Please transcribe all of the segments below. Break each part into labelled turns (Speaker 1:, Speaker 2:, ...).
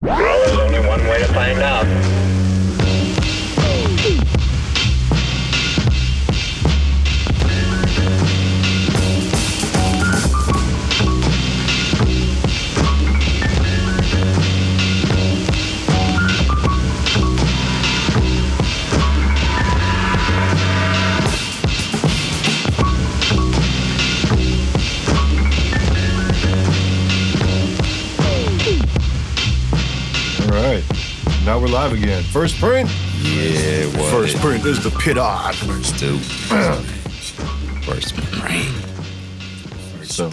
Speaker 1: Well, there's only one way to find out.
Speaker 2: All right. Now we're live again. First print.
Speaker 3: Yeah, what?
Speaker 2: First
Speaker 3: it-
Speaker 2: print is the pit art.
Speaker 3: First two. First brain.
Speaker 2: So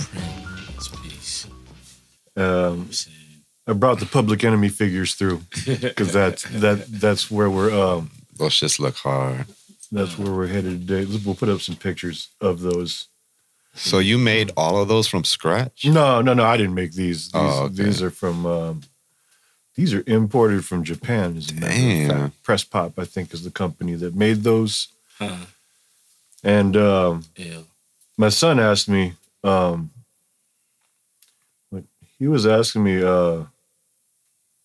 Speaker 4: It's peace.
Speaker 2: um, I brought the public enemy figures through because that's that that's where we're um,
Speaker 3: Those shits look hard.
Speaker 2: that's where we're headed today. We'll put up some pictures of those.
Speaker 3: So you made all of those from scratch?
Speaker 2: No, no, no. I didn't make these. These,
Speaker 3: Oh, okay.
Speaker 2: these are from. Um, these are imported from Japan. As a matter of
Speaker 3: Damn.
Speaker 2: fact. Press Pop, I think, is the company that made those.
Speaker 4: Huh.
Speaker 2: And um,
Speaker 4: Yeah.
Speaker 2: my son asked me um like he was asking me uh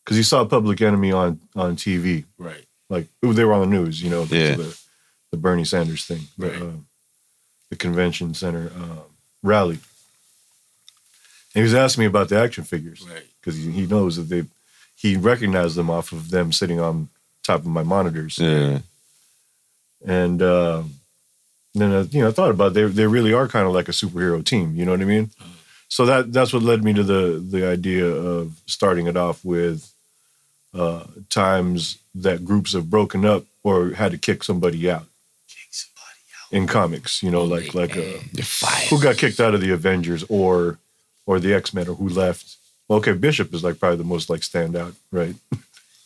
Speaker 2: because he saw public enemy on on tv
Speaker 4: Right.
Speaker 2: like ooh, they were on the news you know the,
Speaker 3: Yeah.
Speaker 2: the, the bernie sanders thing the,
Speaker 4: Right.
Speaker 2: uh, the convention center um, rally and he was asking me about the action figures
Speaker 4: Right.
Speaker 2: because he, he knows that they he recognized them off of them sitting on top of my monitors
Speaker 3: Yeah.
Speaker 2: and uh, then I, you know I thought about it. they they really are kind of like a superhero team. You know what I mean?
Speaker 4: Mm-hmm.
Speaker 2: So that that's what led me to the the idea of starting it off with uh, times that groups have broken up or had to kick somebody out
Speaker 4: Kick somebody out.
Speaker 2: in comics. You know, like
Speaker 4: Oh, They
Speaker 2: like uh,
Speaker 4: ass.
Speaker 3: You're fired.
Speaker 2: who got kicked out of the Avengers or or the X Men or who left. Well, okay, Bishop is like probably the most like standout, right?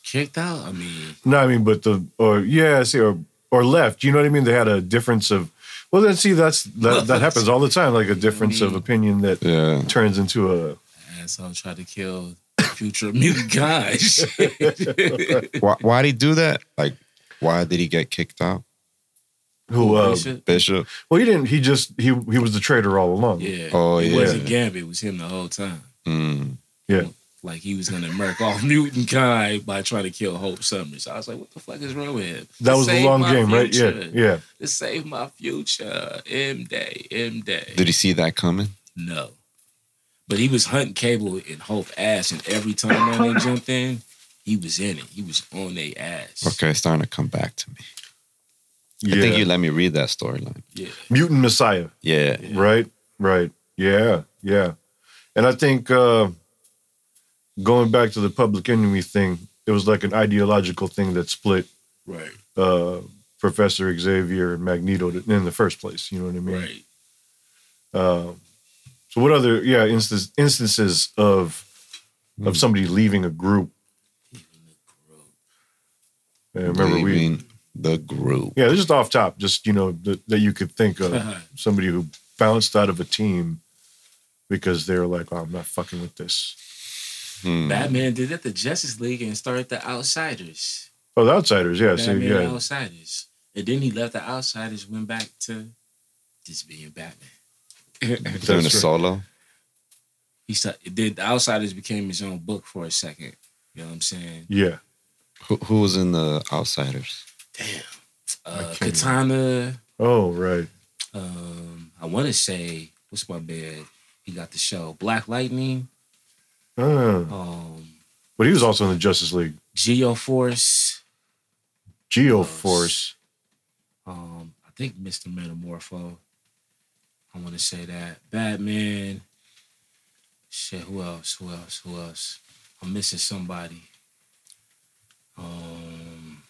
Speaker 4: kicked out. I mean,
Speaker 2: No, I mean, but the or yeah, I see, or or left. You know what I mean? They had a difference of. Well, then see, that's that, that happens all the time, like a difference of opinion that
Speaker 3: Yeah.
Speaker 2: turns into a.
Speaker 4: asshole tried to kill future mutant guys.
Speaker 3: Why, why'd he do that? Like, why did he get kicked out?
Speaker 2: Who? Uh,
Speaker 3: Bishop?
Speaker 2: well, he didn't. He just he he was the traitor all along.
Speaker 4: yeah.
Speaker 3: Oh,
Speaker 4: it
Speaker 3: yeah.
Speaker 4: wasn't Gambit. It was him the whole time.
Speaker 3: Mm.
Speaker 4: Like he was gonna murk off mutant kind by trying to kill Hope Summers. I was like, what the fuck is wrong with him?
Speaker 2: That was the
Speaker 4: Save
Speaker 2: long
Speaker 4: my
Speaker 2: game, right? Yeah,
Speaker 4: future.
Speaker 2: yeah.
Speaker 4: To save my future. M day. M day.
Speaker 3: Did he see that coming?
Speaker 4: No. But he was hunting Cable and Hope ass, and every time that they jumped in, he was in it. He was on their ass.
Speaker 3: Okay, it's starting to come back to me.
Speaker 2: yeah.
Speaker 3: I think you let me read that storyline.
Speaker 4: Yeah.
Speaker 2: Mutant Messiah,
Speaker 3: Yeah.
Speaker 2: right? Right. Yeah, yeah. And I think uh, going back to the public enemy thing, it was like an ideological thing that split
Speaker 4: Right.
Speaker 2: uh, Professor Xavier and Magneto in the first place. You know what I mean?
Speaker 4: Right.
Speaker 2: Uh, so what other yeah instance, instances of
Speaker 3: Hmm.
Speaker 2: of somebody leaving a group? Uh, remember we
Speaker 3: Leaving the group.
Speaker 2: yeah just off top just you know that, that you could think of
Speaker 4: Uh-huh.
Speaker 2: somebody who bounced out of a team because they're like oh, I'm not fucking with this.
Speaker 3: Hmm.
Speaker 4: Batman did that to Justice League and started the Outsiders.
Speaker 2: Oh, the outsiders, yeah, see,
Speaker 4: Batman
Speaker 2: yeah,
Speaker 4: Outsiders. And then he left the Outsiders, went back to just being Batman.
Speaker 3: Doing a
Speaker 2: right.
Speaker 3: solo?
Speaker 4: he sta- did the Outsiders became his own book for a second. You know what I'm saying?
Speaker 2: yeah.
Speaker 3: Who, who was in the Outsiders?
Speaker 4: Damn.
Speaker 2: I
Speaker 4: Uh,
Speaker 2: can't-
Speaker 4: Katana.
Speaker 2: Oh, right.
Speaker 4: um, I want to say what's my bad. He got the show Black Lightning,
Speaker 2: Uh,
Speaker 4: um,
Speaker 2: but he was also in the Justice League,
Speaker 4: Geo Force.
Speaker 2: Geo Force.
Speaker 4: Um, I think Mister Metamorpho. I want to say that Batman. Shit, who else? Who else? Who else? I'm missing somebody. Um,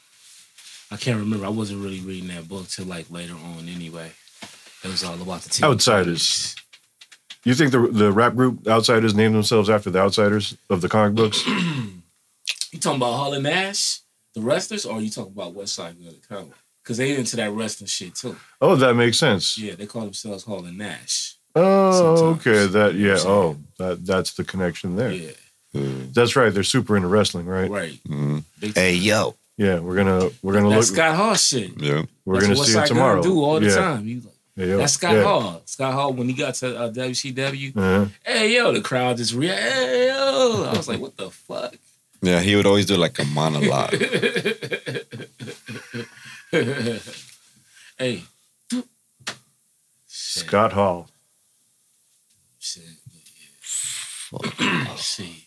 Speaker 4: I can't remember. I wasn't really reading that book till like later on. Anyway, it was all about the team.
Speaker 2: Outsiders. You think the the rap group Outsiders named themselves after the Outsiders of the comic books?
Speaker 4: You talking about Hall and Nash, the wrestlers, or you talking about West Side Gun and Conway? Because they into that wrestling shit too.
Speaker 2: Oh, that makes sense.
Speaker 4: Yeah, they call themselves Hall and Nash.
Speaker 2: Oh,
Speaker 4: Sometimes.
Speaker 2: okay. That yeah.
Speaker 4: Sometimes.
Speaker 2: Oh, that that's the connection there.
Speaker 4: Yeah,
Speaker 3: Mm.
Speaker 2: That's right. They're super into wrestling, right?
Speaker 4: right.
Speaker 3: Mm.
Speaker 4: Big
Speaker 3: Hey, yo.
Speaker 2: Yeah, we're gonna we're gonna
Speaker 4: That's
Speaker 2: look.
Speaker 4: Scott Hall shit.
Speaker 3: Yeah.
Speaker 2: we're
Speaker 4: That's
Speaker 2: gonna
Speaker 4: what
Speaker 2: see
Speaker 4: Scott
Speaker 2: it
Speaker 4: Gunn
Speaker 2: tomorrow.
Speaker 4: do all the
Speaker 2: yeah.
Speaker 4: time. You like,
Speaker 2: Yeah, yeah.
Speaker 4: that's Scott
Speaker 2: yeah.
Speaker 4: Hall. Scott Hall when he got to uh, WCW.
Speaker 2: Uh-huh.
Speaker 4: Hey yo, the crowd just rea- hey yo. I was like, what the fuck?
Speaker 3: Yeah, he would always do like a monologue.
Speaker 4: hey. Shit,
Speaker 2: Scott Hall.
Speaker 4: shit, yeah. See,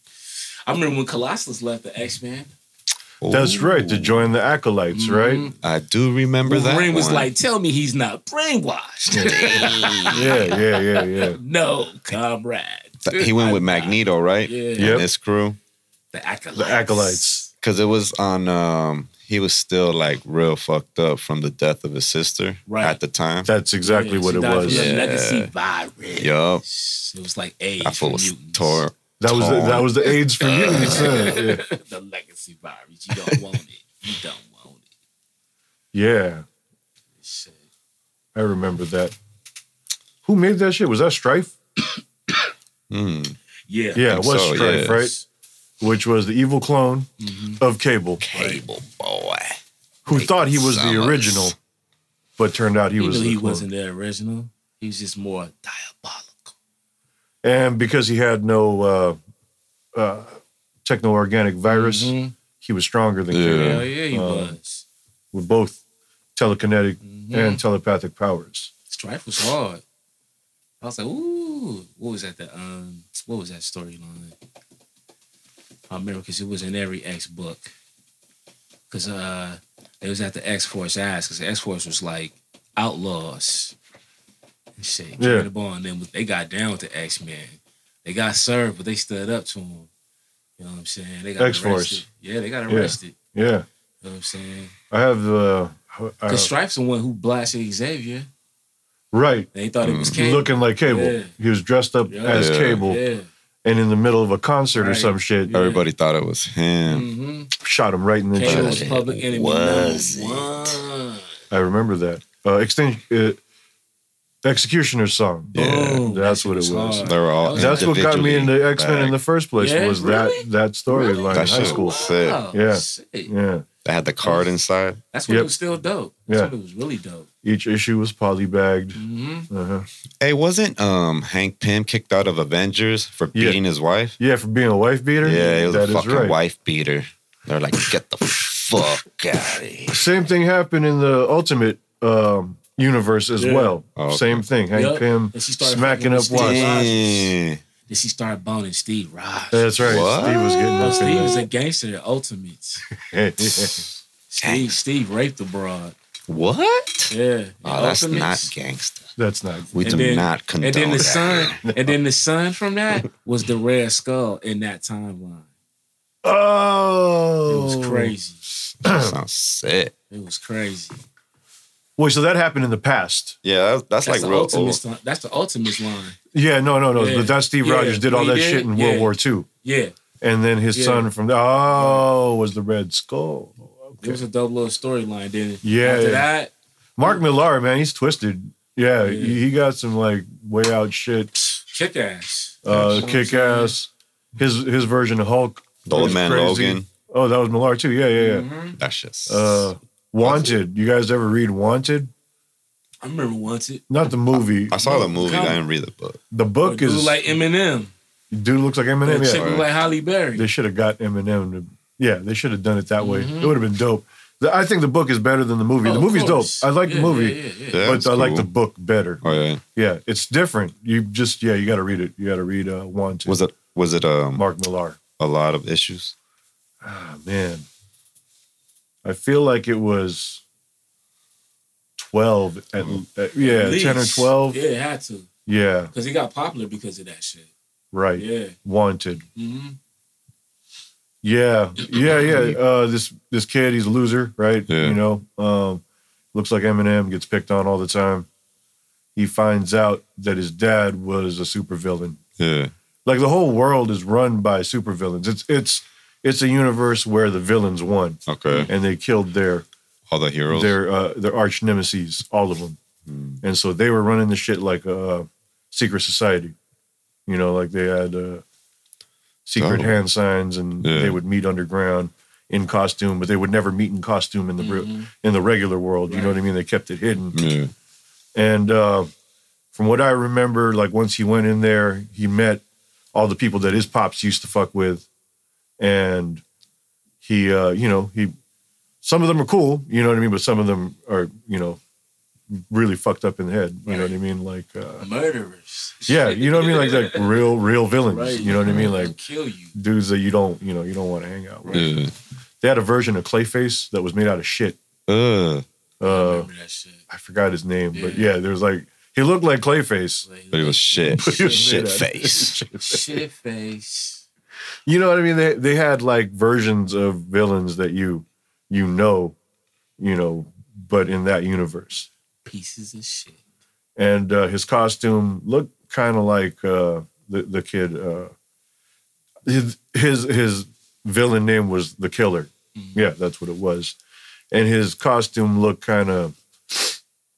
Speaker 4: I remember when Colossus left the X Men.
Speaker 2: That's
Speaker 3: Ooh.
Speaker 2: right. To join the acolytes, right?
Speaker 3: I do remember that.
Speaker 4: Mm-hmm. Wolverine was
Speaker 3: one.
Speaker 4: like, "Tell me he's not brainwashed."
Speaker 2: Yeah, yeah, yeah, yeah.
Speaker 4: no, comrade.
Speaker 3: Th- he went with Magneto, right?
Speaker 4: Yeah.
Speaker 3: And
Speaker 2: Yep.
Speaker 3: his crew.
Speaker 4: The acolytes.
Speaker 2: The acolytes.
Speaker 3: Because it was on, um, he was still like real fucked up from the death of his sister
Speaker 4: Right.
Speaker 3: at the time.
Speaker 2: That's exactly
Speaker 4: Yeah,
Speaker 2: what
Speaker 4: she
Speaker 2: it
Speaker 4: died from
Speaker 2: was.
Speaker 4: the
Speaker 3: Yeah.
Speaker 4: Legacy virus.
Speaker 3: Yup.
Speaker 4: It was like AIDS.
Speaker 3: I feel
Speaker 4: for
Speaker 3: was
Speaker 4: mutants.
Speaker 3: tore.
Speaker 2: That was the, that was the AIDS for you. Yeah.
Speaker 4: the legacy virus. You don't want it. You don't want it.
Speaker 2: yeah,
Speaker 4: Shit.
Speaker 2: I remember that. Who made that shit? Was that Strife?
Speaker 3: Hmm.
Speaker 4: Yeah.
Speaker 2: Yeah, it was
Speaker 3: so,
Speaker 2: Strife,
Speaker 3: yeah.
Speaker 2: right? Which was the evil clone
Speaker 4: Mhm.
Speaker 2: of Cable,
Speaker 3: Cable boy.
Speaker 2: who thought he was the
Speaker 3: Summers.
Speaker 2: original, but turned out he
Speaker 4: He,
Speaker 2: was.
Speaker 4: knew
Speaker 2: the
Speaker 4: he
Speaker 2: clone.
Speaker 4: wasn't the original. He was just more diabolical.
Speaker 2: and because he had no uh, uh, techno organic virus,
Speaker 4: Mhm.
Speaker 2: he was stronger than
Speaker 3: Yeah.
Speaker 2: Cable
Speaker 4: Hell yeah, he
Speaker 2: Um,
Speaker 4: was.
Speaker 2: with both telekinetic
Speaker 4: Mhm.
Speaker 2: and telepathic powers.
Speaker 4: Strife was hard. I was like, ooh, what was that? The um, what was that storyline? I remember because it was in every X book. Cause uh, it was at the X Force ass. Cause the X Force was like outlaws and shit.
Speaker 2: Yeah.
Speaker 4: Yeah. The ball, and then they got down with the X Men. They got served, but they stood up to them. You know what I'm saying? They got
Speaker 2: X-Force.
Speaker 4: arrested. Yeah, they got
Speaker 2: Yeah.
Speaker 4: arrested.
Speaker 2: Yeah,
Speaker 4: You know what I'm saying?
Speaker 2: I have the uh, I-
Speaker 4: Cause Strife's the one who blasted Xavier.
Speaker 2: right
Speaker 4: They thought it was Cable.
Speaker 2: looking like Cable.
Speaker 4: Yeah.
Speaker 2: He was dressed up
Speaker 4: Yeah.
Speaker 2: as
Speaker 3: Yeah.
Speaker 2: Cable,
Speaker 4: yeah.
Speaker 2: and in the middle of a concert or
Speaker 4: Right.
Speaker 2: some shit,
Speaker 4: Yeah.
Speaker 3: Everybody thought it was him.
Speaker 4: Mm-hmm.
Speaker 2: shot him right in the
Speaker 4: Kane was
Speaker 2: chest.
Speaker 4: public enemy
Speaker 3: Was
Speaker 4: number one.
Speaker 2: I remember that uh, extin- uh, executioner's song.
Speaker 3: Yeah.
Speaker 4: Boom.
Speaker 2: That's
Speaker 4: That
Speaker 2: what
Speaker 4: shit
Speaker 2: it was.
Speaker 4: hard.
Speaker 3: They were all.
Speaker 2: That's what got me
Speaker 3: individually
Speaker 2: into X Men in
Speaker 3: back.
Speaker 2: the first place
Speaker 4: Yeah,
Speaker 2: was
Speaker 4: really?
Speaker 2: that that storyline
Speaker 4: Really?
Speaker 2: in
Speaker 3: That
Speaker 2: high
Speaker 3: shit
Speaker 2: school.
Speaker 3: was sick.
Speaker 4: Wow,
Speaker 2: Yeah.
Speaker 4: sick.
Speaker 2: Yeah,
Speaker 3: They had the card inside.
Speaker 4: That's when
Speaker 2: Yep.
Speaker 4: it was still dope. That's
Speaker 2: Yeah.
Speaker 4: when it was really dope.
Speaker 2: each issue was polybagged.
Speaker 4: Mm-hmm.
Speaker 2: Uh-huh.
Speaker 3: Hey, wasn't um Hank Pym kicked out of Avengers for
Speaker 2: Yeah.
Speaker 3: beating his wife?
Speaker 2: Yeah, for being a wife beater.
Speaker 3: Yeah, it was
Speaker 2: that
Speaker 3: a
Speaker 2: is
Speaker 3: fucking
Speaker 2: right.
Speaker 3: wife beater. They're like, get the fuck out of here.
Speaker 2: Same thing happened in the Ultimate um, universe as
Speaker 4: Yeah.
Speaker 2: well.
Speaker 3: Oh, okay.
Speaker 2: Same thing. Hank
Speaker 4: Yup.
Speaker 2: Pym
Speaker 4: And she started
Speaker 2: smacking
Speaker 4: fucking
Speaker 2: up
Speaker 4: with Steve
Speaker 2: Watts.
Speaker 4: Rogers.
Speaker 3: Damn.
Speaker 4: Then she started boning Steve Rogers.
Speaker 2: That's right.
Speaker 3: What?
Speaker 2: Steve was getting
Speaker 4: Oh,
Speaker 2: up
Speaker 4: Steve was
Speaker 2: in
Speaker 4: a gangster at Ultimates.
Speaker 2: that.
Speaker 4: Steve, Steve raped the broad.
Speaker 3: What?
Speaker 4: Yeah. in
Speaker 3: Oh, that's
Speaker 4: Ultimates.
Speaker 3: not gangster.
Speaker 2: That's not.
Speaker 3: We
Speaker 4: And
Speaker 3: do
Speaker 4: then-
Speaker 3: not condone
Speaker 4: And then the
Speaker 3: that.
Speaker 4: son, and then the son from that was the Red Skull in that timeline. It
Speaker 2: Oh,
Speaker 4: was crazy.
Speaker 3: Sounds sick.
Speaker 4: It was crazy.
Speaker 2: Wait, so that happened in the past?
Speaker 3: Yeah, that's, that's, like
Speaker 4: the
Speaker 3: real old.
Speaker 4: Ultimates line- That's the Ultimates line.
Speaker 2: Yeah, no, no, no.
Speaker 4: Yeah.
Speaker 2: But that Steve
Speaker 4: Yeah.
Speaker 2: Rogers did all
Speaker 4: He
Speaker 2: that
Speaker 4: did?
Speaker 2: shit in
Speaker 4: Yeah.
Speaker 2: World War II,
Speaker 4: Yeah.
Speaker 2: and then his
Speaker 4: Yeah.
Speaker 2: son from the, oh was the Red Skull.
Speaker 4: It was a dope little storyline, didn't it?
Speaker 2: Yeah,
Speaker 4: After
Speaker 2: yeah.
Speaker 4: that,
Speaker 2: Mark Millar, man, he's twisted. Yeah,
Speaker 4: Yeah.
Speaker 2: He, he got some like way out shit.
Speaker 4: kick ass.
Speaker 2: Uh,
Speaker 4: That's what I'm
Speaker 2: kick ass. His his version of Hulk.
Speaker 3: Old
Speaker 2: was
Speaker 3: man
Speaker 2: crazy.
Speaker 3: Logan.
Speaker 2: Oh, that was Millar too. Yeah, yeah, yeah.
Speaker 4: Mhm.
Speaker 3: That's just.
Speaker 2: Uh, Wanted. You guys ever read Wanted?
Speaker 4: I remember once it.
Speaker 2: Not the movie.
Speaker 3: I saw the movie.
Speaker 4: Come.
Speaker 3: I didn't read the book.
Speaker 2: The book
Speaker 4: dude
Speaker 2: is
Speaker 4: like Eminem.
Speaker 2: dude looks like
Speaker 4: And
Speaker 2: Eminem.
Speaker 4: chick
Speaker 2: Yeah,
Speaker 4: look like Halle Berry.
Speaker 2: they should have got Eminem. To, yeah, they should have done it that way.
Speaker 4: Mhm.
Speaker 2: It would have been dope. The- I think the book is better than the movie.
Speaker 4: Oh,
Speaker 2: the
Speaker 4: of
Speaker 2: movie's dope.
Speaker 4: course.
Speaker 2: I like the
Speaker 4: Yeah,
Speaker 2: movie,
Speaker 4: Yeah, yeah, yeah.
Speaker 3: Yeah,
Speaker 2: but
Speaker 3: it's
Speaker 2: I like the
Speaker 3: cool.
Speaker 2: book better.
Speaker 3: Oh yeah.
Speaker 2: Yeah, it's different. You just yeah, you got to read it. You got to read uh, Wanted.
Speaker 3: Was it was it um
Speaker 2: Mark Millar?
Speaker 3: a lot of issues?
Speaker 2: Ah man, I feel like it was twelve at, at- yeah
Speaker 4: Mm. At
Speaker 2: ten or
Speaker 4: least.
Speaker 2: twelve.
Speaker 4: Yeah, it had to.
Speaker 2: Yeah,
Speaker 4: Because it got popular because of that shit.
Speaker 2: right.
Speaker 4: Yeah.
Speaker 2: Wanted.
Speaker 4: Mm-hmm.
Speaker 2: Yeah, yeah, yeah. Uh, this this kid, he's a loser, right?
Speaker 3: Yeah.
Speaker 2: You know, um, looks like Eminem, gets picked on all the time. He finds out that his dad was a supervillain.
Speaker 3: Yeah.
Speaker 2: Like the whole world is run by supervillains. It's it's it's a universe where the villains won
Speaker 3: Okay.
Speaker 2: and they killed their
Speaker 3: All the heroes.
Speaker 2: their uh, their arch nemesis, all of them.
Speaker 3: Mm.
Speaker 2: And so they were running the shit like a uh, secret society. You know, like they had uh, secret
Speaker 3: Oh.
Speaker 2: hand signs, and
Speaker 3: Yeah.
Speaker 2: they would meet underground in costume, but they would never meet in costume in the re-
Speaker 4: Mm-hmm.
Speaker 2: in the regular world. You know what I mean? They kept it hidden.
Speaker 3: Yeah.
Speaker 2: And uh, from what I remember, like once he went in there, he met all the people that his pops used to fuck with, and he uh, you know, he some of them are cool, you know what I mean, but some of them are, you know, really fucked up in the head. You know
Speaker 4: Right.
Speaker 2: what I mean? Like uh,
Speaker 4: Murderers.
Speaker 2: Yeah, you know what I mean? Like like real, real villains.
Speaker 4: Right.
Speaker 2: You know what I mean?
Speaker 4: They'll
Speaker 2: Like
Speaker 4: kill you.
Speaker 2: dudes that you don't, you know, you don't want to hang out with.
Speaker 3: Yeah.
Speaker 2: They had a version of Clayface that was made out of shit.
Speaker 3: Ugh.
Speaker 4: I
Speaker 2: Uh,
Speaker 4: remember that shit.
Speaker 2: I forgot his name, but
Speaker 4: Yeah.
Speaker 2: yeah, there was like he looked like Clayface.
Speaker 4: Like,
Speaker 3: But it was shit.
Speaker 2: But he was
Speaker 3: shit
Speaker 2: made out of-
Speaker 3: face.
Speaker 4: shit face.
Speaker 2: You know what I mean? They they had like versions of villains that you you know, you know, but in that universe.
Speaker 4: Pieces of shit.
Speaker 2: And uh, his costume looked kind of like uh, the the kid. Uh, his his his villain name was the Killer.
Speaker 4: Mhm.
Speaker 2: Yeah, that's what it was. And his costume looked kind of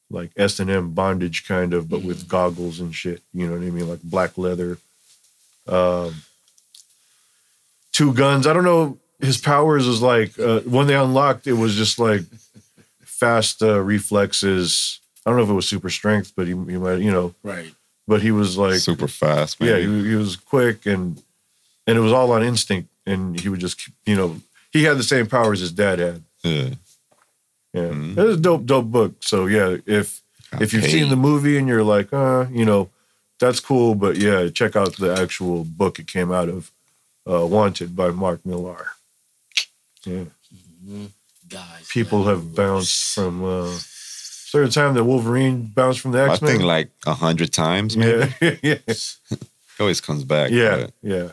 Speaker 2: like S and M bondage, kind of, but with goggles and shit. You know what I mean? Like black leather. Um, two guns. I don't know. His powers is like uh, when they unlocked, it was just like fast uh, reflexes. I don't know if it was super strength, but he, he might, you know.
Speaker 4: Right.
Speaker 2: But he was like,
Speaker 3: Super fast,
Speaker 2: yeah,
Speaker 3: man.
Speaker 2: he, he was quick and and it was all on instinct. And he would just, keep- you know, he had the same powers his dad had.
Speaker 3: Yeah.
Speaker 2: Yeah,
Speaker 3: Mhm.
Speaker 4: Mm-hmm.
Speaker 2: it was a dope, dope book. So yeah, if if you've seen the movie and you're like, uh, you know, that's cool, but yeah, check out the actual book it came out of, uh, Wanted by Mark Millar. Yeah,
Speaker 4: Mhm. Guys.
Speaker 2: people
Speaker 4: like,
Speaker 2: have bounced from. Uh, is there a time that Wolverine bounced from the
Speaker 3: I
Speaker 2: X Men?
Speaker 3: think like a hundred times, man.
Speaker 2: yeah, yeah,
Speaker 3: He always comes back.
Speaker 2: yeah,
Speaker 3: but
Speaker 2: yeah.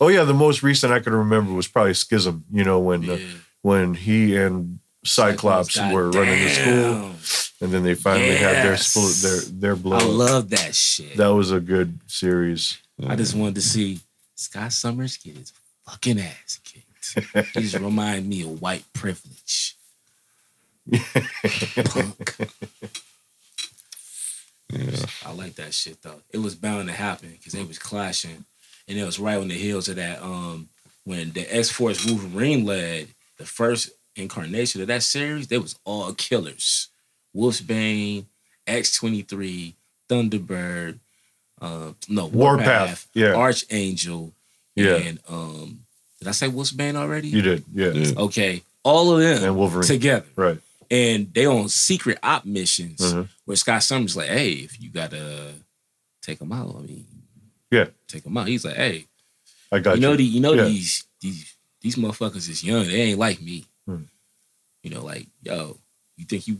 Speaker 2: Oh yeah, the most recent I could remember was probably Schism. You know when uh,
Speaker 4: Yeah.
Speaker 2: when he and Cyclops,
Speaker 4: Cyclops,
Speaker 2: were running the school,
Speaker 4: goddamn.
Speaker 2: and then they finally had their
Speaker 4: Yes.
Speaker 2: split, their their blow.
Speaker 4: I
Speaker 2: up.
Speaker 4: love that shit.
Speaker 2: That was a good series.
Speaker 3: yeah.
Speaker 4: I just wanted to see Scott Summers get his fucking ass kicked. He just remind me of white privilege. Punk.
Speaker 3: Yeah.
Speaker 4: I like that shit though. It was bound to happen because they was clashing, and it was right on the heels of that. Um, when the X Force Wolverine led the first incarnation of that series, they was all killers. Wolfsbane, X twenty three, Thunderbird, uh, no
Speaker 2: Warpath. Yeah.
Speaker 4: Archangel,
Speaker 2: Yeah.
Speaker 4: and um, did I say Wolfsbane already?
Speaker 2: You did. Yeah.
Speaker 3: Yeah.
Speaker 4: Okay, all of them
Speaker 2: And Wolverine.
Speaker 4: together
Speaker 2: Right.
Speaker 4: and they on secret op missions
Speaker 2: Mhm.
Speaker 4: where Scott Summers like, hey, if you gotta take them out, I mean,
Speaker 2: Yeah.
Speaker 4: take them out. He's like, hey,
Speaker 2: I got
Speaker 4: you
Speaker 2: you.
Speaker 4: know, the, you know
Speaker 2: Yeah.
Speaker 4: these these these motherfuckers is young. They ain't like me.
Speaker 2: Hmm.
Speaker 4: You know, like yo, you think you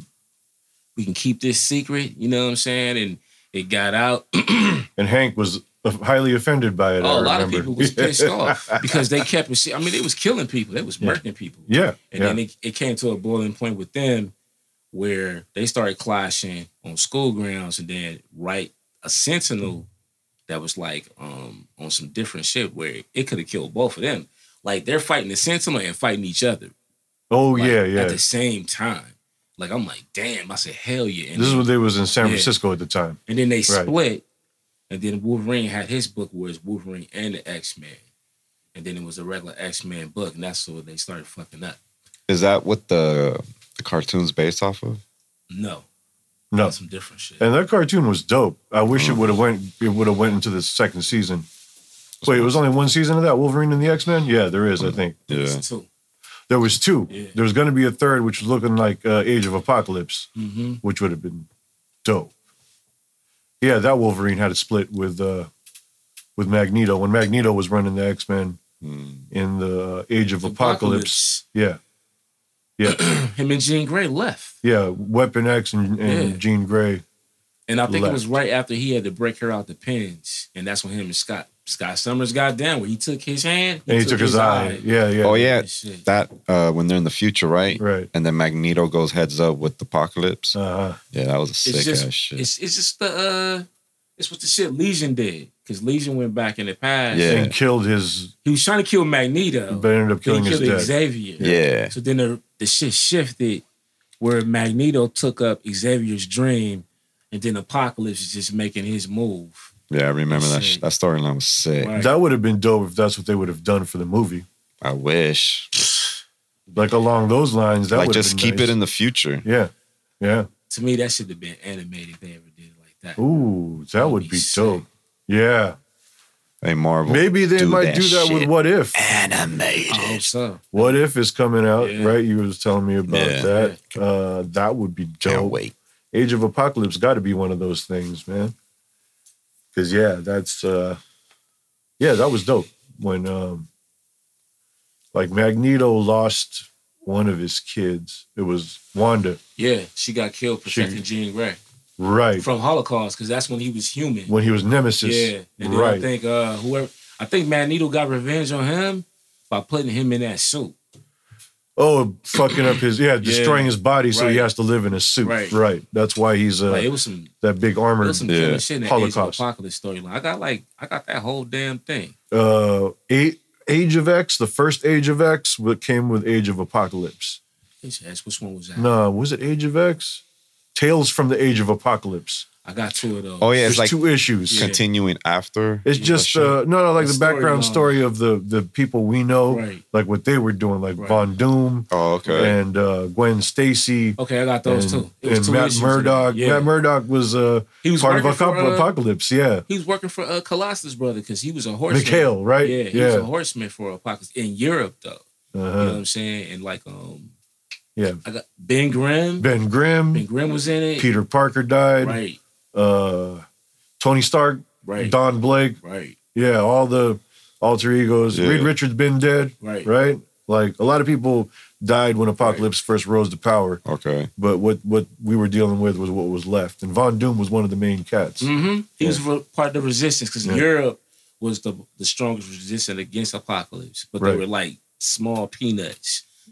Speaker 4: we can keep this secret? You know what I'm saying? And it got out.
Speaker 2: and Hank was highly offended by it. I
Speaker 4: oh, a lot of
Speaker 2: remember.
Speaker 4: people was pissed off because they kept. it se- I mean, they was killing people. They was
Speaker 2: Yeah.
Speaker 4: murdering people.
Speaker 2: Yeah.
Speaker 4: And
Speaker 2: yeah.
Speaker 4: then it, it came to a boiling point with them where they started clashing on school grounds and then right a sentinel that was like um on some different shit where it could have killed both of them. Like they're fighting the sentinel and fighting each other.
Speaker 2: oh
Speaker 4: like,
Speaker 2: yeah, yeah.
Speaker 4: At the same time. Like I'm like, damn, I said, hell yeah. And,
Speaker 2: This is
Speaker 4: then,
Speaker 2: what they was in San
Speaker 4: Yeah.
Speaker 2: Francisco at the time.
Speaker 4: and then they
Speaker 2: Right.
Speaker 4: split. And then Wolverine had his book where it's Wolverine and the X-Men. And then it was a regular X-Men book, and that's what they started fucking up.
Speaker 3: Is that what the the cartoon's based off of?
Speaker 4: No,
Speaker 2: No.
Speaker 4: that's Mm. some different shit.
Speaker 2: And that cartoon was dope. I wish it
Speaker 3: Mhm.
Speaker 2: would have went. It would have went into the second season. Wait, it was only one season of that Wolverine and the X Men. Yeah, there is. I think
Speaker 3: Yeah.
Speaker 4: Too.
Speaker 2: there was two.
Speaker 4: Mm. Yeah.
Speaker 2: There was going to be a third, which was looking like uh, Age of Apocalypse,
Speaker 4: Mm-hmm.
Speaker 2: which would have been dope. Yeah, that Wolverine had a split with uh, with Magneto when Magneto was running the X Men
Speaker 3: Mm.
Speaker 2: in the uh, Age of Apocalypse. Yeah,
Speaker 4: Him and Jean Grey left.
Speaker 2: yeah. Weapon X and, and
Speaker 4: Yeah.
Speaker 2: Jean Grey.
Speaker 4: And I think it was
Speaker 2: Left.
Speaker 4: right after he had to break her out the pins. And that's when him and Scott Scott Summers got down where he took his hand.
Speaker 2: And he took his eye. Yeah, yeah.
Speaker 3: Oh yeah,
Speaker 4: Shit.
Speaker 3: that uh, when they're in the future, right?
Speaker 2: Right.
Speaker 3: And then Magneto goes heads up with the apocalypse.
Speaker 2: Uh huh.
Speaker 3: yeah, that was a sick
Speaker 4: It's just
Speaker 3: ass shit.
Speaker 4: it's it's just the uh it's what the shit Legion did. Because Legion went back in the past.
Speaker 3: Yeah.
Speaker 2: And killed his.
Speaker 4: He was trying to kill Magneto.
Speaker 2: But ended up
Speaker 4: then
Speaker 2: killing
Speaker 4: he
Speaker 2: his
Speaker 4: killed
Speaker 2: dad.
Speaker 4: Xavier.
Speaker 3: yeah.
Speaker 4: So then the, the shit shifted where Magneto took up Xavier's dream and then Apocalypse is just making his move.
Speaker 3: Yeah, I remember that. Sh-
Speaker 4: Sick.
Speaker 3: that storyline was sick.
Speaker 4: Right.
Speaker 2: That would have been dope if that's what they would have done for the movie.
Speaker 3: I wish.
Speaker 2: Like along those lines, that
Speaker 3: like
Speaker 2: would have
Speaker 3: just
Speaker 2: been
Speaker 3: keep
Speaker 2: nice.
Speaker 3: it in the future.
Speaker 2: Yeah, yeah.
Speaker 4: To me, that should have been animated if they ever did it like that.
Speaker 2: Ooh, that
Speaker 4: That'd
Speaker 2: would
Speaker 4: be
Speaker 2: be
Speaker 4: sick.
Speaker 2: dope. Yeah,
Speaker 3: They Marvel.
Speaker 2: Maybe Oh, they
Speaker 3: do
Speaker 2: might do that with
Speaker 3: shit
Speaker 2: What If.
Speaker 3: animated.
Speaker 4: I hope so.
Speaker 2: What If is coming out,
Speaker 4: Yeah.
Speaker 2: right? You was telling me about
Speaker 3: Yeah.
Speaker 2: that. Uh, that would be
Speaker 3: Can't
Speaker 2: dope.
Speaker 3: wait.
Speaker 2: Age of Apocalypse got to be one of those things, man. Because yeah, that's uh, yeah, that was dope when um, like Magneto lost one of his kids. It was Wanda,
Speaker 4: Yeah, she got killed protecting Jean Grey
Speaker 2: right?
Speaker 4: from Holocaust because that's when he was human.
Speaker 2: When he was Nemesis,
Speaker 4: yeah, and then I
Speaker 2: right?
Speaker 4: think uh, whoever I think Magneto got revenge on him by putting him in that suit.
Speaker 2: Oh, fucking up his yeah, destroying his body so he
Speaker 4: Right.
Speaker 2: has to live in a suit, right?
Speaker 4: Right.
Speaker 2: That's why he's uh,
Speaker 4: Like it was some
Speaker 2: that big
Speaker 4: it
Speaker 2: armor.
Speaker 4: was some
Speaker 3: Yeah.
Speaker 4: killer shit in that
Speaker 2: Holocaust.
Speaker 4: Age of Apocalypse storyline. I got like I got that whole damn thing.
Speaker 2: Uh, eight, Age of X, the first Age of X, what came with Age of Apocalypse.
Speaker 4: Bitch ass, which one was that?
Speaker 2: No, was it Age of X? Tales from the Age of Apocalypse.
Speaker 4: I got two of those.
Speaker 3: Oh yeah,
Speaker 2: There's
Speaker 3: it's like
Speaker 2: two issues.
Speaker 4: Yeah.
Speaker 3: continuing after.
Speaker 2: It's
Speaker 3: or
Speaker 2: just
Speaker 3: shit.
Speaker 2: uh, no, no, like the,
Speaker 4: The
Speaker 2: background
Speaker 4: storyline.
Speaker 2: story of the the people we know,
Speaker 4: right.
Speaker 2: like what they were doing, like
Speaker 4: Right.
Speaker 2: Von Doom
Speaker 3: oh okay.
Speaker 2: and uh, Gwen Stacy.
Speaker 4: Okay, I got those
Speaker 2: and,
Speaker 4: too. It was
Speaker 2: and
Speaker 4: two
Speaker 2: Matt
Speaker 4: issues.
Speaker 2: Murdock.
Speaker 4: Yeah.
Speaker 2: Matt Murdock was, uh,
Speaker 4: he was
Speaker 2: part of
Speaker 4: working for,
Speaker 2: Apocalypse,
Speaker 4: uh,
Speaker 2: Apocalypse, yeah.
Speaker 4: He was working for uh, Colossus brother because he was a horseman.
Speaker 2: Mikhail, right?
Speaker 4: Yeah, he was a horseman for Apocalypse in Europe though. You know what
Speaker 2: Uh-huh.
Speaker 4: I'm saying? And like um
Speaker 2: Yeah.
Speaker 4: I got Ben Grimm. Ben,
Speaker 2: Ben Grimm.
Speaker 4: Grimm was in it.
Speaker 2: Peter Parker died.
Speaker 4: Right,
Speaker 2: Uh, Tony Stark.
Speaker 4: right,
Speaker 2: Don Blake.
Speaker 4: right,
Speaker 2: Yeah, all the alter egos.
Speaker 3: Yeah.
Speaker 2: Reed Richards been dead,
Speaker 4: right,
Speaker 2: right? Like a lot of people died when Apocalypse first rose to power,
Speaker 3: Okay.
Speaker 2: but what what we were dealing with was what was left. And Von Doom was one of the main cats.
Speaker 4: Mm-hmm. He
Speaker 2: Yeah.
Speaker 4: was re- part of the resistance because
Speaker 2: Yeah.
Speaker 4: Europe was the the strongest resistance against Apocalypse, but
Speaker 2: Right.
Speaker 4: they were like small peanuts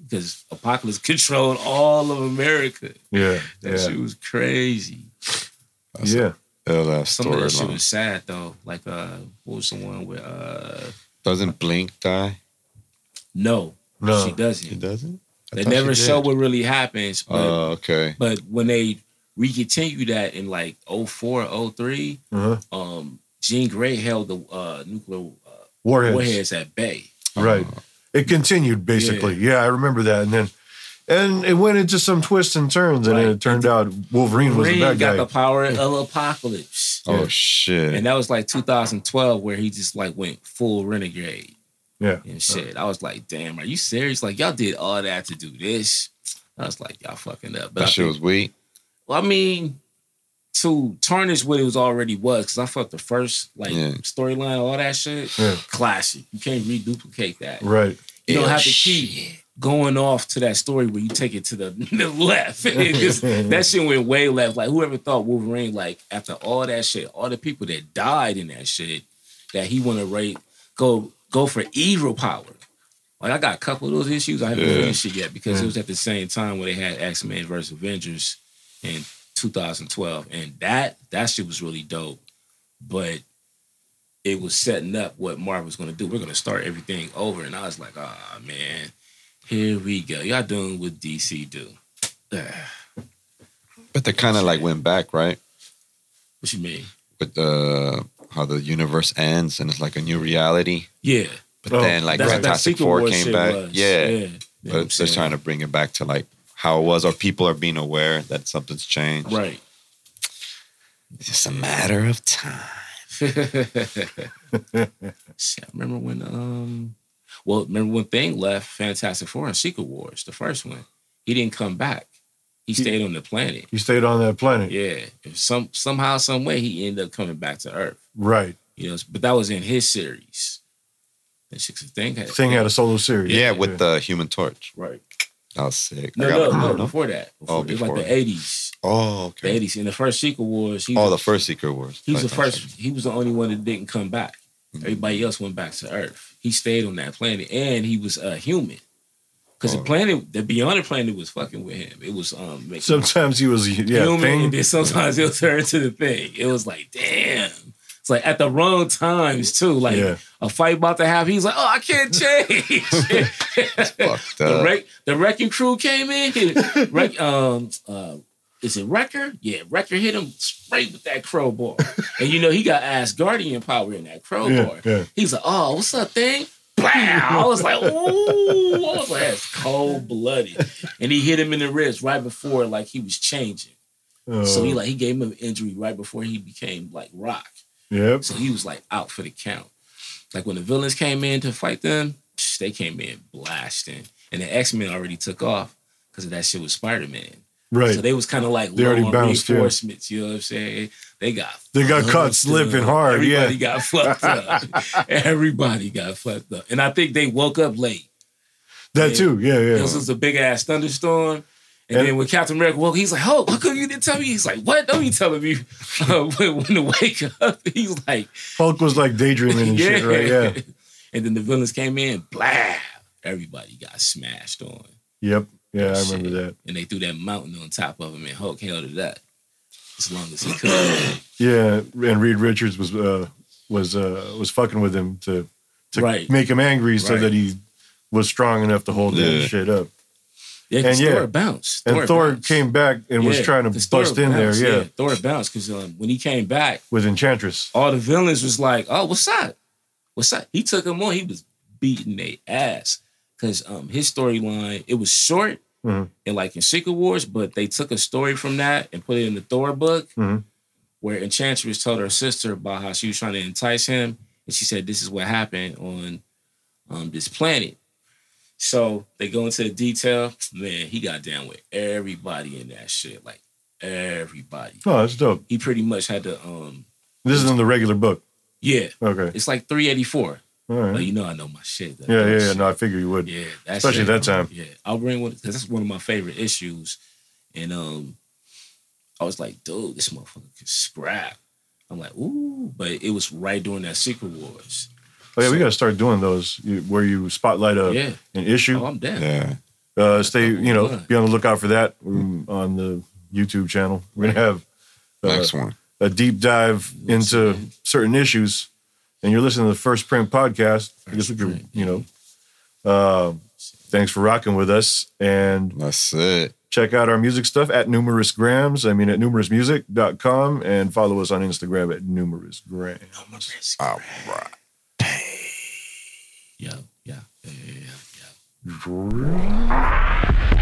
Speaker 4: because Apocalypse controlled all of America.
Speaker 2: Yeah,
Speaker 4: That
Speaker 2: yeah,
Speaker 4: shit was crazy.
Speaker 3: That's
Speaker 2: yeah.
Speaker 3: a hell of a
Speaker 4: Some of that shit was
Speaker 3: storyline.
Speaker 4: sad though. Like uh, what was the one with uh,
Speaker 3: Doesn't Blink die?
Speaker 4: no, she
Speaker 2: No,
Speaker 3: He
Speaker 4: doesn't.
Speaker 3: doesn't. I
Speaker 4: They
Speaker 3: thought she
Speaker 4: never show
Speaker 3: did.
Speaker 4: what really happens, but
Speaker 3: Oh okay.
Speaker 4: but when they recontinue that in like 04, 03,
Speaker 2: uh-huh.
Speaker 4: um, Jean Grey held the uh, nuclear uh,
Speaker 2: warheads.
Speaker 4: warheads at bay.
Speaker 2: Right. It continued basically. Yeah. I remember that, and then and it went into some twists and turns, and then
Speaker 4: Right.
Speaker 2: it turned out Wolverine was the
Speaker 4: Wolverine
Speaker 2: bad
Speaker 4: got
Speaker 2: guy.
Speaker 4: the power of apocalypse.
Speaker 3: Oh
Speaker 2: Yeah.
Speaker 3: shit.
Speaker 4: And that was like 2012 where he just like went full renegade
Speaker 2: yeah,
Speaker 4: and shit. I was like, damn, are you serious? Like y'all did all that to do this. I was like, y'all fucking up. But I
Speaker 3: that shit
Speaker 4: think-
Speaker 3: was weak.
Speaker 4: Well, I mean, to tarnish what it was already was, because I fucked the first like
Speaker 3: Yeah.
Speaker 4: storyline, all that shit.
Speaker 2: Yeah.
Speaker 4: Classic. You can't reduplicate that.
Speaker 2: right.
Speaker 4: You don't
Speaker 3: Yeah,
Speaker 4: have to keep going off to that story where you take it to the, the left. It just- that shit went way left. Like whoever thought Wolverine, like after all that shit, all the people that died in that shit, that he wanna rate go go for evil power. Like I got a couple of those issues. I haven't
Speaker 3: Yeah.
Speaker 4: finished it yet because
Speaker 2: Yeah.
Speaker 4: it was at the same time where they had X Men versus Avengers in 2012, and that that shit was really dope. But it was setting up what Marvel's going to do. We're going to start everything over, and I was like, ah man, here we go. Y'all doing what DC do? Ah,
Speaker 3: But they kind of like went back, right?
Speaker 4: what you mean?
Speaker 3: With uh, how the universe ends and it's like a new reality.
Speaker 4: Yeah,
Speaker 3: But
Speaker 2: Oh,
Speaker 3: then like
Speaker 4: that's what that
Speaker 3: Fantastic
Speaker 4: Secret
Speaker 3: Four
Speaker 4: Wars
Speaker 3: came
Speaker 4: shit
Speaker 3: back.
Speaker 4: was.
Speaker 3: Yeah.
Speaker 4: yeah. You know what I'm
Speaker 3: But they're
Speaker 4: saying?
Speaker 3: trying to bring it back to like how it was, or people are being aware that something's changed.
Speaker 4: right.
Speaker 3: It's just a matter of time.
Speaker 4: Shit, I remember when um well, remember when Thing left Fantastic Four and Secret Wars, the first one. He didn't come back. He stayed on the planet.
Speaker 2: He stayed on that planet,
Speaker 4: Yeah. If some somehow, some way he ended up coming back to Earth.
Speaker 2: right?
Speaker 4: You know, but that was in his series. That shit's a thing. Had,
Speaker 2: Thing had a solo series.
Speaker 3: Yeah, with the Human Torch.
Speaker 4: right.
Speaker 3: That was sick.
Speaker 4: No,
Speaker 3: I gotta-
Speaker 4: no, no, before that. Before,
Speaker 3: Oh,
Speaker 4: it was like
Speaker 3: before.
Speaker 4: the eighties.
Speaker 3: Oh,
Speaker 4: The
Speaker 3: okay.
Speaker 4: eighties. In the first Secret Wars, he
Speaker 3: Oh, the first Secret Wars.
Speaker 4: He was the
Speaker 3: Like,
Speaker 4: first. He was the only one that didn't come back.
Speaker 3: Mhm.
Speaker 2: Mm-hmm.
Speaker 4: Everybody else went back to Earth. He stayed on that planet, and he was a uh, human. Because
Speaker 3: Oh.
Speaker 4: the planet, the Beyond the planet, was fucking with him. It was um making
Speaker 2: Sometimes he was yeah.
Speaker 4: human,
Speaker 2: Thing-
Speaker 4: and then sometimes he'll turn to the thing. It was like, damn. It's like at the wrong times too. Like
Speaker 2: Yeah.
Speaker 4: a fight about to happen. He's like, oh, I can't change.
Speaker 3: Fucked
Speaker 4: The
Speaker 3: up.
Speaker 4: wreck, the wrecking crew came in. Wreck, um, uh, is it Wrecker? Yeah, Wrecker hit him straight with that crowbar, and you know he got ass guardian power in that crowbar.
Speaker 2: yeah, yeah.
Speaker 4: He's like, oh, what's up, thing? Bam! I was like, ooh, I was like, that's cold blooded, and he hit him in the wrist right before like he was changing. So he
Speaker 2: Uh,
Speaker 4: like he gave him an injury right before he became like Rock.
Speaker 2: Oh, yep.
Speaker 4: So he was like out for the count. Like when the villains came in to fight them, psh, they came in blasting, and the X Men already took off because of that shit with Spider Man.
Speaker 2: Right.
Speaker 4: So they was kind of like
Speaker 2: They
Speaker 4: low
Speaker 2: already
Speaker 4: on
Speaker 2: bounced, yeah.
Speaker 4: reinforcements. You know what I'm saying? They got
Speaker 2: They got
Speaker 4: fucked
Speaker 2: caught slipping
Speaker 4: up.
Speaker 2: hard, yeah.
Speaker 4: Everybody got fucked up. Everybody got fucked up, and I think they woke up late.
Speaker 2: that
Speaker 4: Yeah.
Speaker 2: too. Yeah, yeah.
Speaker 4: This was a big ass thunderstorm. And,
Speaker 2: And-
Speaker 4: then when Captain America woke, he's like, "Oh, how come you didn't tell me?" He's like, "What? Don't you telling me uh, when, when to wake up?" He's like,
Speaker 2: Hulk was like daydreaming and shit, right? Yeah.
Speaker 4: And then the villains came in, blah. Everybody got smashed on,
Speaker 2: Yep. Yeah, I
Speaker 4: Shit.
Speaker 2: remember that.
Speaker 4: and they threw that mountain on top of him, and Hulk held it up as long as he could.
Speaker 2: Yeah, and Reed Richards was uh, was uh, was fucking with him to to
Speaker 4: Right.
Speaker 2: make him angry so
Speaker 4: Right.
Speaker 2: that he was strong enough to hold
Speaker 3: Yeah.
Speaker 2: that shit up.
Speaker 4: Yeah, 'cause
Speaker 2: And yeah.
Speaker 4: Thor bounced.
Speaker 2: And Thor
Speaker 4: bounced.
Speaker 2: came back and was
Speaker 4: Yeah,
Speaker 2: trying to
Speaker 4: 'cause
Speaker 2: bust
Speaker 4: Thor
Speaker 2: in
Speaker 4: bounced,
Speaker 2: there, yeah,
Speaker 4: Thor bounced because um, when he came back,
Speaker 2: with Enchantress.
Speaker 4: all the villains was like, "Oh, what's up? What's up?" He took him on. He was beating their ass because um, his storyline it was short
Speaker 2: Mhm.
Speaker 4: and like in Secret Wars, but they took a story from that and put it in the Thor book,
Speaker 2: Mhm.
Speaker 4: where Enchantress told her sister about how she was trying to entice him, and she said, "This is what happened on um, this planet." So they go into the detail. Man, he got down with everybody in that shit, like everybody.
Speaker 2: Oh, that's dope.
Speaker 4: He pretty much had to, um,
Speaker 2: This is in the regular book.
Speaker 4: yeah,
Speaker 2: Okay.
Speaker 4: it's like 384.
Speaker 2: All
Speaker 4: But
Speaker 2: right.
Speaker 4: you know I know my shit. though.
Speaker 2: Yeah, yeah, yeah.
Speaker 4: Shit.
Speaker 2: No, I figure you would.
Speaker 4: Yeah, that
Speaker 2: Especially
Speaker 4: shit,
Speaker 2: that
Speaker 4: bro.
Speaker 2: time.
Speaker 4: Yeah, I'll bring one because that's one of my favorite issues. And um, I was like, dude, this motherfucker can scrap. I'm like, ooh, but it was right during that Secret Wars.
Speaker 2: Oh, yeah, we got to start doing those you- where you spotlight a,
Speaker 4: yeah,
Speaker 2: an issue.
Speaker 4: oh, I'm down.
Speaker 3: Yeah.
Speaker 2: Uh, stay, you know,
Speaker 4: Good. Mm-hmm.
Speaker 2: be on the lookout for that um, on the YouTube channel. We're gonna have uh,
Speaker 3: Next one.
Speaker 2: a deep dive into certain issues, and you're listening to the First Print podcast. I guess we could,
Speaker 4: Print,
Speaker 2: you know. Um, thanks for rocking with us, and
Speaker 3: That's it.
Speaker 2: check out our music stuff at Numerous Grams. I mean, at numerousmusic.com, and follow us on Instagram at Numerous Grams.
Speaker 3: All right.
Speaker 4: Yeah, yeah, yeah, yeah, yeah. yeah.
Speaker 2: Grams.